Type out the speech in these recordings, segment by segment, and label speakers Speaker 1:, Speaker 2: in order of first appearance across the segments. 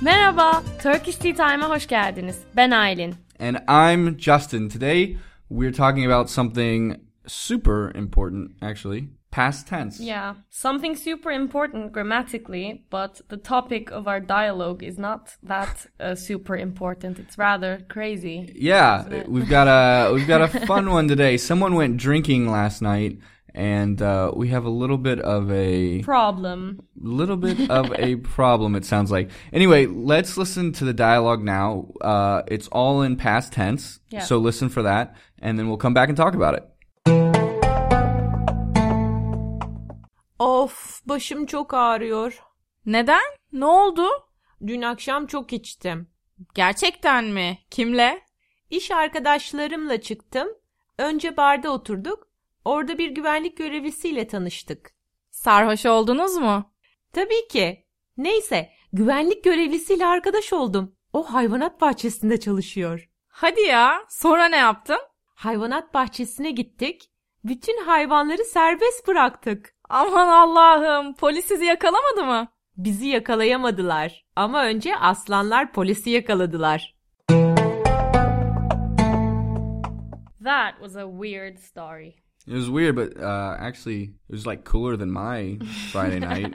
Speaker 1: Merhaba, Turkish Tea Time'a hoş geldiniz. Ben Aylin.
Speaker 2: And I'm Justin. Today, we're talking about something super important, actually past tense.
Speaker 1: Yeah, something super important grammatically, but the topic of our dialogue is not that uh, super important. It's rather crazy.
Speaker 2: Yeah, we've got a we've got a fun one today. Someone went drinking last night, and uh, we have a little bit of a
Speaker 1: Problem.
Speaker 2: little bit of a problem. It sounds like. Anyway, let's listen to the dialogue now. Uh, it's all in past tense,
Speaker 1: Yeah.
Speaker 2: so listen for that, and then we'll come back and talk about it.
Speaker 3: Of başım çok ağrıyor.
Speaker 4: Neden? Ne oldu?
Speaker 3: Dün akşam çok içtim.
Speaker 4: Gerçekten mi? Kimle?
Speaker 3: İş arkadaşlarımla çıktım. Önce barda oturduk. Orada bir güvenlik görevlisiyle tanıştık.
Speaker 4: Sarhoş oldunuz mu?
Speaker 3: Tabii ki. Neyse, güvenlik görevlisiyle arkadaş oldum. O hayvanat bahçesinde çalışıyor.
Speaker 4: Hadi ya. Sonra ne yaptın?
Speaker 3: Hayvanat bahçesine gittik. Bütün hayvanları serbest bıraktık.
Speaker 4: Aman Allah'ım, polis sizi yakalamadı mı?
Speaker 3: Bizi yakalayamadılar. Ama önce aslanlar polisi yakaladılar.
Speaker 1: That was a weird story.
Speaker 2: It was weird, but uh, actually, it was like cooler than my Friday night,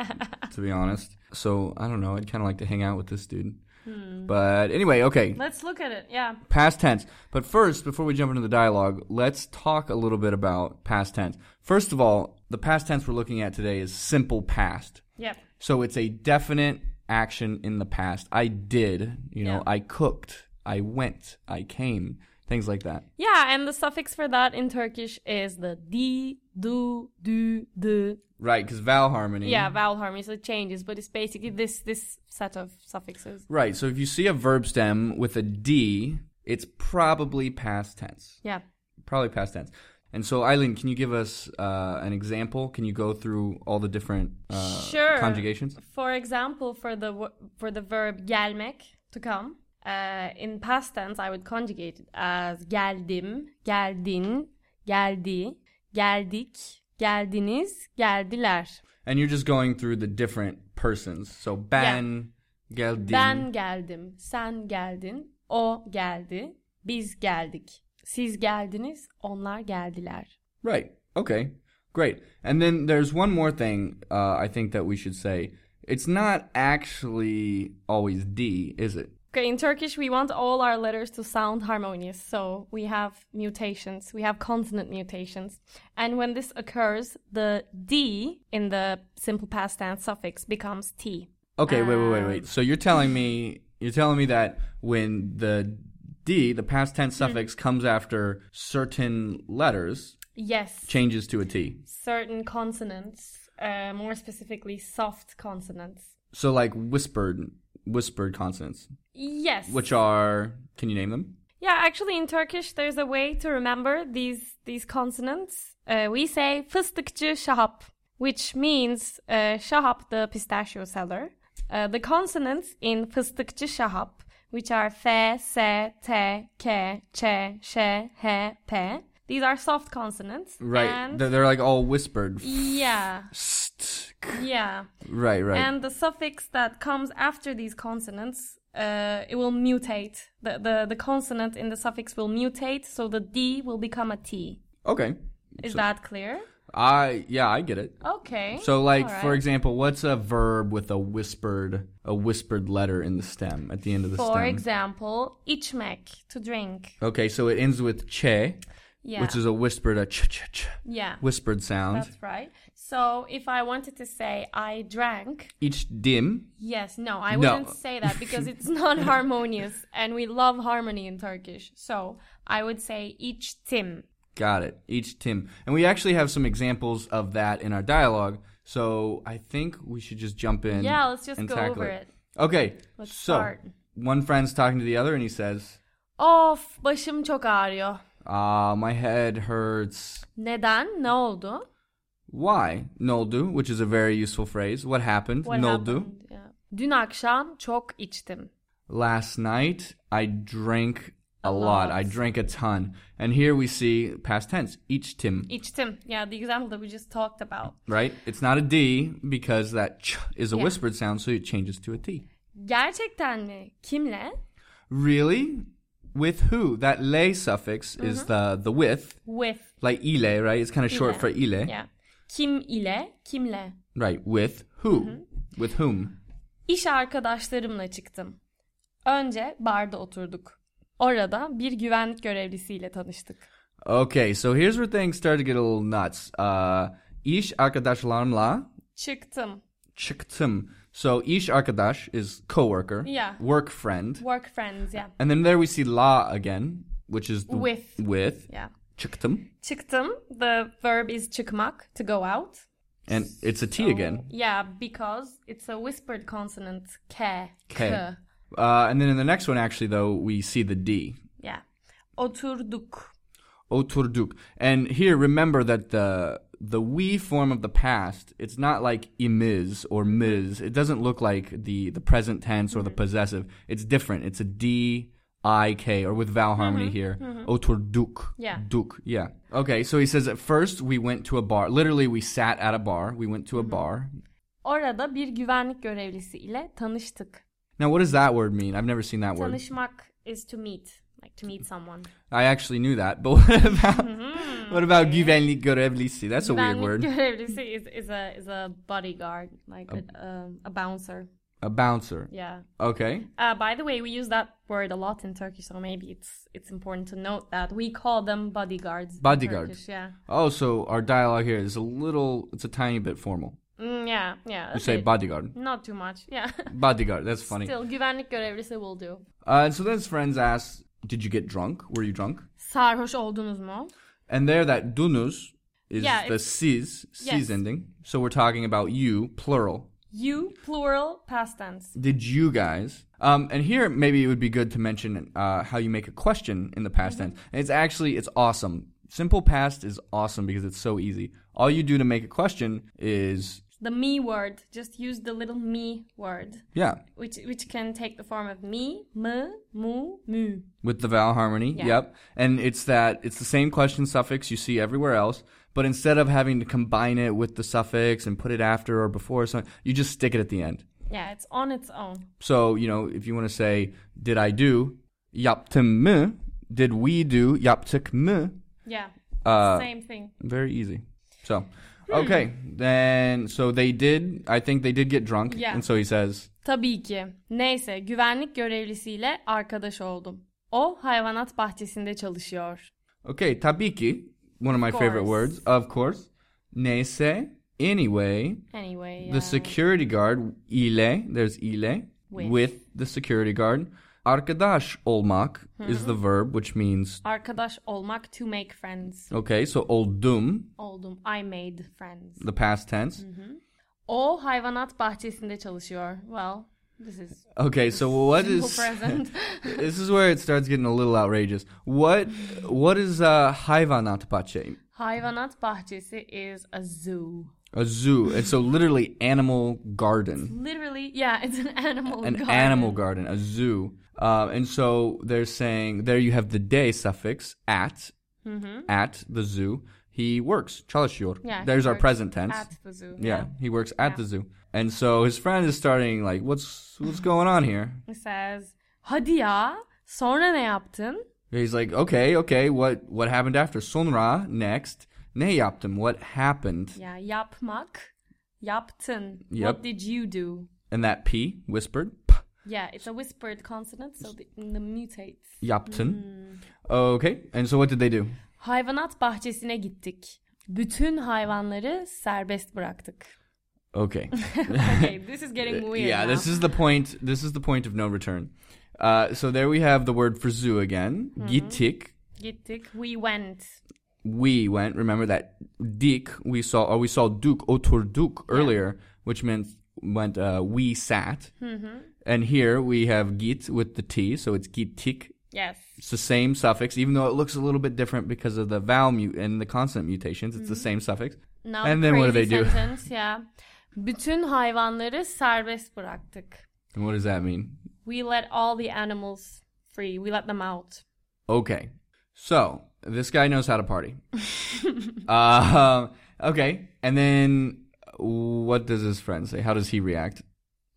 Speaker 2: to be honest. So I don't know. I'd kind of like to hang out with this dude.
Speaker 1: Hmm.
Speaker 2: But anyway, okay.
Speaker 1: Let's look at it. Yeah.
Speaker 2: Past tense. But first, before we jump into the dialogue, let's talk a little bit about past tense. First of all, the past tense we're looking at today is simple past.
Speaker 1: Yep.
Speaker 2: So it's a definite action in the past. I did, you know,
Speaker 1: Yeah.
Speaker 2: I cooked, I went, I came, things like that.
Speaker 1: Yeah, and the suffix for that in Turkish is the di, du, du, de.
Speaker 2: Right, because vowel harmony.
Speaker 1: Yeah, vowel harmony, so it changes, but it's basically this this set of suffixes.
Speaker 2: Right. So if you see a verb stem with a D, it's probably past tense.
Speaker 1: Yeah.
Speaker 2: Probably past tense. And so, Eileen, can you give us uh, an example? Can you go through all the different uh,
Speaker 1: Sure.
Speaker 2: conjugations?
Speaker 1: For example, for the wo- for the verb gelmek to come, uh, in past tense I would conjugate it as geldim, geldin, geldi, geldik, geldiniz, geldiler.
Speaker 2: And you're just going through the different persons. So, ben, geldin.
Speaker 1: Ben geldim, sen geldin, o geldi, biz geldik. Siz geldiniz, onlar geldiler.
Speaker 2: Right. Okay. Great. And then there's one more thing uh, I think that we should say. It's not actually always D, is it?
Speaker 1: Okay, in Turkish we want all our letters to sound harmonious, so we have mutations, we have consonant mutations. And when this occurs, the D in the simple past tense suffix becomes T.
Speaker 2: Okay, wait, wait, wait,
Speaker 1: Um,
Speaker 2: wait. So you're telling me you're telling me that when the D, the past tense
Speaker 1: Hmm.
Speaker 2: suffix, comes after certain letters,
Speaker 1: Yes,
Speaker 2: changes to a T.
Speaker 1: certain consonants, uh, more specifically soft consonants.
Speaker 2: So like whispered whispered consonants.
Speaker 1: Yes.
Speaker 2: Which are can you name them?
Speaker 1: Yeah, actually, in Turkish, there's a way to remember these these consonants. Uh, we say fıstıkçı şahap, which means uh, şahap, the pistachio seller. Uh, the consonants in fıstıkçı şahap, which are f, s, t, k, ç, ş, h, p. These are soft consonants.
Speaker 2: Right.
Speaker 1: And
Speaker 2: They're, they're like all whispered.
Speaker 1: yeah,
Speaker 2: St-
Speaker 1: yeah.
Speaker 2: Right, right.
Speaker 1: And the suffix that comes after these consonants, uh, it will mutate. The, the the consonant in the suffix will mutate, so the D will become a T.
Speaker 2: okay.
Speaker 1: Is that clear?
Speaker 2: I yeah, I get it.
Speaker 1: Okay.
Speaker 2: So like
Speaker 1: All
Speaker 2: for
Speaker 1: right.
Speaker 2: example, what's a verb with a whispered a whispered letter in the stem at the end of the
Speaker 1: For
Speaker 2: stem?
Speaker 1: example, içmek, to drink.
Speaker 2: okay, so it ends with che.
Speaker 1: Yeah.
Speaker 2: which is a whispered a ch ch ch
Speaker 1: yeah.
Speaker 2: whispered sound.
Speaker 1: That's right. So if I wanted to say I drank,
Speaker 2: Each dim.
Speaker 1: yes, no, I
Speaker 2: No.
Speaker 1: wouldn't say that because it's not harmonious and we love harmony in Turkish. So I would say içtim.
Speaker 2: Got it. Each tim. And we actually have some examples of that in our dialogue. So I think we should just jump in.
Speaker 1: Yeah, let's just
Speaker 2: and
Speaker 1: go
Speaker 2: tackle
Speaker 1: over
Speaker 2: it.
Speaker 1: it.
Speaker 2: Okay.
Speaker 1: Let's
Speaker 2: so
Speaker 1: start.
Speaker 2: one friend's talking to the other and he says,
Speaker 1: Of başım çok ağrıyor.
Speaker 2: Ah, my head hurts.
Speaker 1: Neden? Ne oldu?
Speaker 2: Why? Noldu, which is a very useful phrase. What happened?
Speaker 1: What
Speaker 2: Noldu.
Speaker 1: happened? Yeah. Dün akşam çok içtim.
Speaker 2: Last night I drank a,
Speaker 1: A
Speaker 2: lot.
Speaker 1: lot.
Speaker 2: I drank a ton. And here we see past tense. Each tim.
Speaker 1: İçtim. Yeah, the example that we just talked about.
Speaker 2: right? It's not a D because that ch is a
Speaker 1: Yeah.
Speaker 2: whispered sound, so it changes to a T.
Speaker 1: Gerçekten mi? Kimle?
Speaker 2: Really? With who? That le suffix is the the with,
Speaker 1: With.
Speaker 2: like ile, right? It's kind of short
Speaker 1: Mm-hmm. Ile.
Speaker 2: for ile,
Speaker 1: Yeah. Kim ile? Kimle?
Speaker 2: right? With who?
Speaker 1: Mm-hmm.
Speaker 2: With whom?
Speaker 1: İş arkadaşlarımla çıktım. Önce barda oturduk. Orada bir güvenlik görevlisiyle tanıştık.
Speaker 2: Okay, so here's where things start to get a little nuts. Uh, ish arkadaşlarımla
Speaker 1: Çıktım.
Speaker 2: çıktım. So ish arkadash is coworker,
Speaker 1: Yeah.
Speaker 2: work friend,
Speaker 1: Work friends yeah.
Speaker 2: and then there we see la again, which is the
Speaker 1: With.
Speaker 2: with
Speaker 1: Yeah.
Speaker 2: çıktım,
Speaker 1: Çıktım. The verb is çıkmak, to go out.
Speaker 2: and it's a t again.
Speaker 1: Yeah, because it's a whispered consonant. K.
Speaker 2: K.
Speaker 1: K.
Speaker 2: Uh, and then in the next one, actually, though, we see the D.
Speaker 1: Yeah. Oturduk.
Speaker 2: Oturduk. And here, remember that the the we form of the past, it's not like imiz or miz. It doesn't look like the the present tense or the possessive. It's different. It's a D I K or with vowel harmony here. Oturduk.
Speaker 1: Yeah.
Speaker 2: Duk. Yeah. Okay. So he says at first we went to a bar. Literally, we sat at a bar. We went to a bar.
Speaker 1: Orada bir güvenlik görevlisiyle tanıştık.
Speaker 2: Now, what does that word mean? I've never seen that word.
Speaker 1: Tanışmak is to meet. Like to meet someone.
Speaker 2: I actually knew that, but what about
Speaker 1: Mm-hmm.
Speaker 2: what about güvenlik görevlisi? That's a weird
Speaker 1: Güvenlik
Speaker 2: word.
Speaker 1: görevlisi is, is a is a bodyguard, like a, um, a bouncer.
Speaker 2: A bouncer.
Speaker 1: Yeah.
Speaker 2: Okay.
Speaker 1: Uh, by the way, we use that word a lot in Turkey, so maybe it's it's important to note that we call them bodyguards. in
Speaker 2: Bodyguard.
Speaker 1: Turkish, yeah.
Speaker 2: Oh, so our dialogue here is a little, it's a tiny bit formal.
Speaker 1: Mm, yeah. Yeah.
Speaker 2: You
Speaker 1: that's
Speaker 2: say
Speaker 1: it.
Speaker 2: bodyguard.
Speaker 1: Not too much. Yeah.
Speaker 2: Bodyguard, that's funny. Uh,
Speaker 1: Still, güvenlik görevlisi will do.
Speaker 2: and so then his friends ask, Did you get drunk? Were you drunk?
Speaker 1: Sarhoş oldunuz mu?
Speaker 2: And there, that dunuz is
Speaker 1: Yeah,
Speaker 2: the
Speaker 1: it's-
Speaker 2: siz, siz
Speaker 1: Yes.
Speaker 2: ending. So we're talking about you, plural.
Speaker 1: You plural past tense.
Speaker 2: Did you guys? Um, and here maybe it would be good to mention uh, how you make a question in the past tense. And it's actually it's awesome. Simple past is awesome because it's so easy. All you do to make a question is
Speaker 1: The me word. Just use the little me word,
Speaker 2: yeah,
Speaker 1: which which can take the form of me, mı, mu, mü.
Speaker 2: with the vowel harmony.
Speaker 1: Yeah.
Speaker 2: Yep. And it's that it's the same question suffix you see everywhere else, but instead of having to combine it with the suffix and put it after or before or something, you just stick it at the end.
Speaker 1: Yeah, it's on its own.
Speaker 2: So, you know, if you want to say did I do yaptım mı? Did we do yaptık mı?
Speaker 1: Yeah,
Speaker 2: Uh,
Speaker 1: same thing.
Speaker 2: Very easy. So,
Speaker 1: Hmm.
Speaker 2: okay. Then, so they did, I think they did get drunk.
Speaker 1: Yeah.
Speaker 2: And so he says,
Speaker 1: Tabii ki. Neyse, güvenlik görevlisiyle arkadaş oldum. O hayvanat bahçesinde çalışıyor.
Speaker 2: okay, tabiki, one of my favorite
Speaker 1: course.
Speaker 2: words, of course. Neyse, anyway,
Speaker 1: Anyway, yeah.
Speaker 2: the security guard, ile, there's ile,
Speaker 1: With.
Speaker 2: with, the security guard. Arkadaş olmak is
Speaker 1: Hmm.
Speaker 2: the verb, which means,
Speaker 1: arkadaş olmak to make friends
Speaker 2: okay, so oldum,
Speaker 1: oldum. I made friends.
Speaker 2: the past tense.
Speaker 1: Mm-hmm. O hayvanat bahçesinde çalışıyor. Well, this is
Speaker 2: Okay, so what
Speaker 1: simple
Speaker 2: is.
Speaker 1: present.
Speaker 2: this is where it starts getting a little outrageous. What what is uh hayvanat bahçe?
Speaker 1: hayvanat bahçesi is a zoo.
Speaker 2: A zoo. And so literally animal garden.
Speaker 1: Literally, yeah, it's an animal
Speaker 2: An
Speaker 1: garden.
Speaker 2: animal garden, a zoo. Uh, and so they're saying there you have the day suffix at at the zoo. He works. Çalışıyor.
Speaker 1: Mm-hmm. Yeah, he
Speaker 2: There's our
Speaker 1: works
Speaker 2: present tense.
Speaker 1: At the zoo.
Speaker 2: yeah, he works at
Speaker 1: Yeah.
Speaker 2: the zoo. And so his friend is starting like what's what's going on here?
Speaker 1: It says, hadi ya, sonra ne yaptın?
Speaker 2: He's like, okay, okay, what what happened after sonra? Next, ne yaptım? What happened?
Speaker 1: Yeah, yapmak, yaptın.
Speaker 2: Yep.
Speaker 1: What did you do?
Speaker 2: And that P whispered, P,
Speaker 1: Yeah, it's a whispered consonant, so the, the mutates.
Speaker 2: yaptın.
Speaker 1: Mm.
Speaker 2: Okay, and so what did they do?
Speaker 1: Hayvanat bahçesine gittik. Bütün hayvanları serbest bıraktık.
Speaker 2: Okay,
Speaker 1: Okay, this is getting weird.
Speaker 2: yeah,
Speaker 1: now.
Speaker 2: this is the point. This is the point of no return. Uh, so there we have the word for zoo again. Gittik.
Speaker 1: Gittik, we went.
Speaker 2: We went. Remember that dik we saw, or we saw duk oturduk earlier, which meant went. Uh, we sat. And here we have git with the t, so it's gittik
Speaker 1: Yes.
Speaker 2: It's the same suffix, even though it looks a little bit different because of the vowel mute and the consonant mutations. It's the same suffix.
Speaker 1: Now
Speaker 2: And
Speaker 1: the
Speaker 2: then what do
Speaker 1: crazy
Speaker 2: they do?
Speaker 1: sentence, yeah. Bütün hayvanları serbest bıraktık.
Speaker 2: And what does that mean?
Speaker 1: We let all the animals free. We let them out.
Speaker 2: Okay, so this guy knows how to party. uh, okay, and then what does his friend say? How does he react?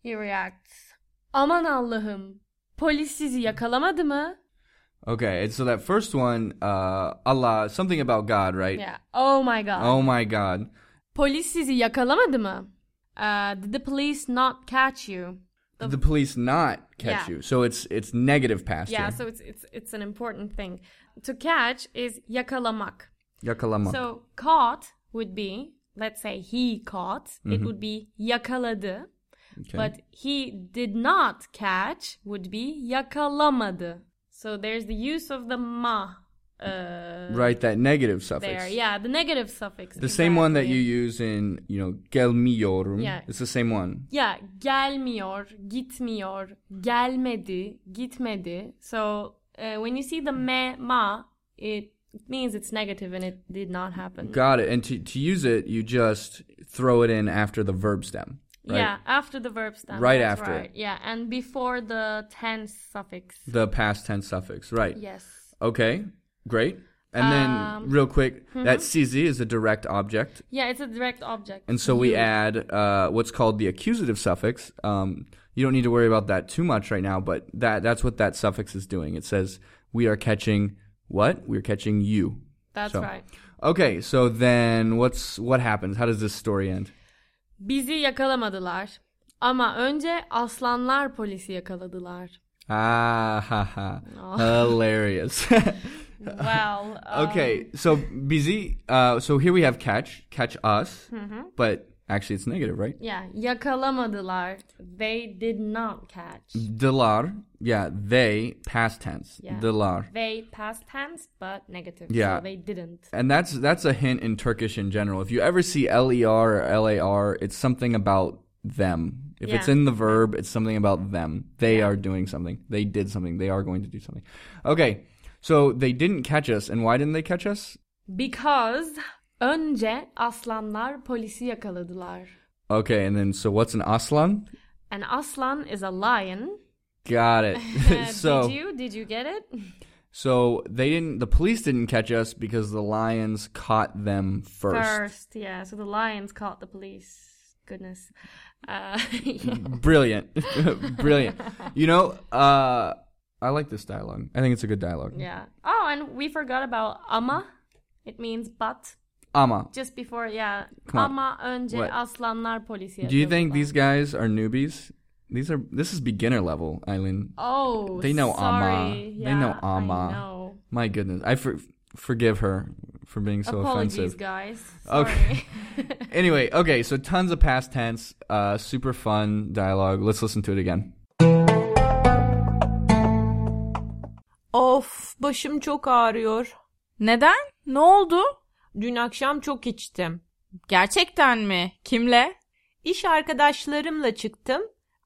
Speaker 1: He reacts. Aman Allah'ım. Polis sizi yakalamadı mı?
Speaker 2: Okay, and so that first one, uh, Allah, something about God, right?
Speaker 1: Yeah. Oh my god.
Speaker 2: Oh my God.
Speaker 1: Polis sizi yakalamadı mı? Uh, did the police not catch you?
Speaker 2: Did the police not
Speaker 1: Yeah.
Speaker 2: catch you? So it's it's negative past.
Speaker 1: Yeah, so it's it's it's an important thing. To catch is yakalamak.
Speaker 2: Yakalama.
Speaker 1: So caught would be let's say he caught, it would be yakaladı.
Speaker 2: Mm-hmm. okay.
Speaker 1: But he did not catch would be yakalamadı. So there's the use of the ma uh,
Speaker 2: right, that negative suffix.
Speaker 1: there. Yeah, the negative suffix.
Speaker 2: The same one that you
Speaker 1: exactly.
Speaker 2: use in, you know, gelmiyorum.
Speaker 1: Yeah.
Speaker 2: It's the same one.
Speaker 1: Yeah, gelmiyor, gitmiyor, gelmedi, gitmedi. So uh, when you see the me ma, it means it's negative and it did not happen.
Speaker 2: Got it. And to, to use it, you just throw it in after the verb stem. Right?
Speaker 1: Yeah, after the verb stem.
Speaker 2: Right
Speaker 1: that's
Speaker 2: after it.
Speaker 1: Right. Yeah, and before the tense suffix.
Speaker 2: The past tense suffix. Right.
Speaker 1: Yes.
Speaker 2: Okay. Great. And then,
Speaker 1: Um,
Speaker 2: real quick, that CZ is a direct object.
Speaker 1: Yeah, it's a direct object.
Speaker 2: And so we
Speaker 1: You.
Speaker 2: add uh, what's called the accusative suffix. Um, you don't need to worry about that too much right now, but that that's what that suffix is doing. It says we are catching what? We're catching you.
Speaker 1: That's
Speaker 2: so.
Speaker 1: right.
Speaker 2: Okay, so then what's what happens? How does this story end?
Speaker 1: Bizi yakalamadılar. Ama önce aslanlar polisi yakaladılar.
Speaker 2: Ah, ha, ha.
Speaker 1: Aw.
Speaker 2: hilarious.
Speaker 1: Well. um,
Speaker 2: okay, so busy. Uh, so here we have catch, catch us,
Speaker 1: Mm-hmm.
Speaker 2: but actually it's negative, right?
Speaker 1: Yeah, yakalamadılar. They did not catch.
Speaker 2: Delar, yeah, they past tense.
Speaker 1: Yeah.
Speaker 2: Delar.
Speaker 1: They past tense, but negative.
Speaker 2: Yeah.
Speaker 1: So they didn't.
Speaker 2: And that's that's a hint in Turkish in general. If you ever see ler or lar, it's something about them. If it's
Speaker 1: Yeah.
Speaker 2: in the verb, it's something about them. They are doing something. They did something. They are going to do something. Okay. So they didn't catch us, and why didn't they catch us?
Speaker 1: Because önce aslanlar polisi yakaladılar.
Speaker 2: Okay, and then so what's an aslan?
Speaker 1: An aslan is a lion.
Speaker 2: Got it.
Speaker 1: Uh,
Speaker 2: so
Speaker 1: Did you? Did you get it?
Speaker 2: so they didn't. The police didn't catch us because the lions caught them first.
Speaker 1: First, yeah. So the lions caught the police. Goodness. Uh, yeah.
Speaker 2: Hmm. Brilliant, brilliant. You know, uh, I like this dialogue. I think it's a good dialogue.
Speaker 1: yeah. Oh, and we forgot about ama. It means but.
Speaker 2: Ama,
Speaker 1: Just before, yeah.
Speaker 2: Come on.
Speaker 1: Ama önce
Speaker 2: What?
Speaker 1: aslanlar polisi
Speaker 2: Do you think
Speaker 1: yakaladılar.
Speaker 2: these guys are newbies? These are this is beginner level, Eileen.
Speaker 1: Oh,
Speaker 2: They know ama.
Speaker 1: sorry.
Speaker 2: They
Speaker 1: Yeah,
Speaker 2: know ama.
Speaker 1: I know.
Speaker 2: My goodness, I for, forgive her for being so
Speaker 1: Apologies,
Speaker 2: offensive.
Speaker 1: guys.
Speaker 2: Okay.
Speaker 1: Sorry.
Speaker 2: Anyway, okay, so tons of past tense, uh, super fun dialogue. Let's listen to it again.
Speaker 3: Of başım çok ağrıyor.
Speaker 4: Neden? Ne oldu?
Speaker 3: Dün akşam çok içtim.
Speaker 4: Gerçekten mi? Kimle?
Speaker 3: İş arkadaşlarımla çıktım.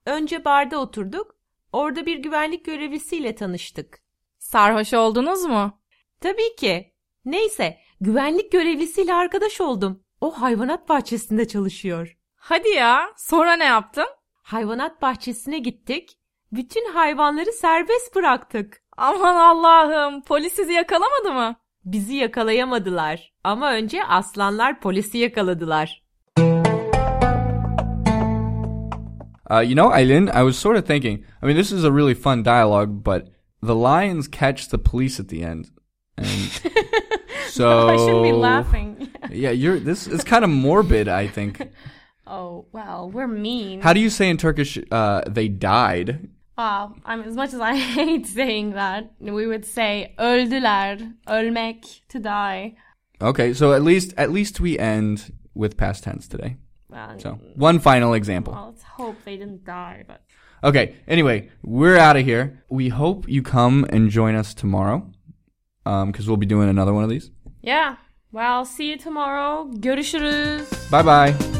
Speaker 3: Önce barda oturduk. Orada bir güvenlik görevlisiyle tanıştık.
Speaker 4: Sarhoş oldunuz mu?
Speaker 3: Tabii ki. Neyse, güvenlik görevlisiyle arkadaş oldum. O hayvanat bahçesinde çalışıyor.
Speaker 4: Hadi ya. Sonra ne yaptın?
Speaker 3: Hayvanat bahçesine gittik. Bütün hayvanları serbest bıraktık.
Speaker 4: Aman Allah'ım. Polis sizi yakalamadı mı?
Speaker 3: Bizi yakalayamadılar ama önce aslanlar polisi yakaladılar.
Speaker 2: Uh, you know, Eileen, I was sort of thinking. I mean, this is a really fun dialogue, but the lions catch the police at the end. And
Speaker 1: Oh,
Speaker 2: so
Speaker 1: I shouldn't be laughing.
Speaker 2: Yeah, you're. This is kind of morbid. I think.
Speaker 1: oh, well, we're mean.
Speaker 2: How do you say in Turkish? Uh, they died.
Speaker 1: Wow, I mean, Ah, as much as I hate saying that, we would say öldüler, ölmek, to die.
Speaker 2: Okay, so at least at least we end with past tense today.
Speaker 1: Well,
Speaker 2: So one final example.
Speaker 1: well, let's hope they didn't die, but
Speaker 2: Okay. Anyway, we're out of here. We hope you come and join us tomorrow, um, because we'll be doing another one of these.
Speaker 1: yeah. Well, see you tomorrow. Görüşürüz.
Speaker 2: Bye bye.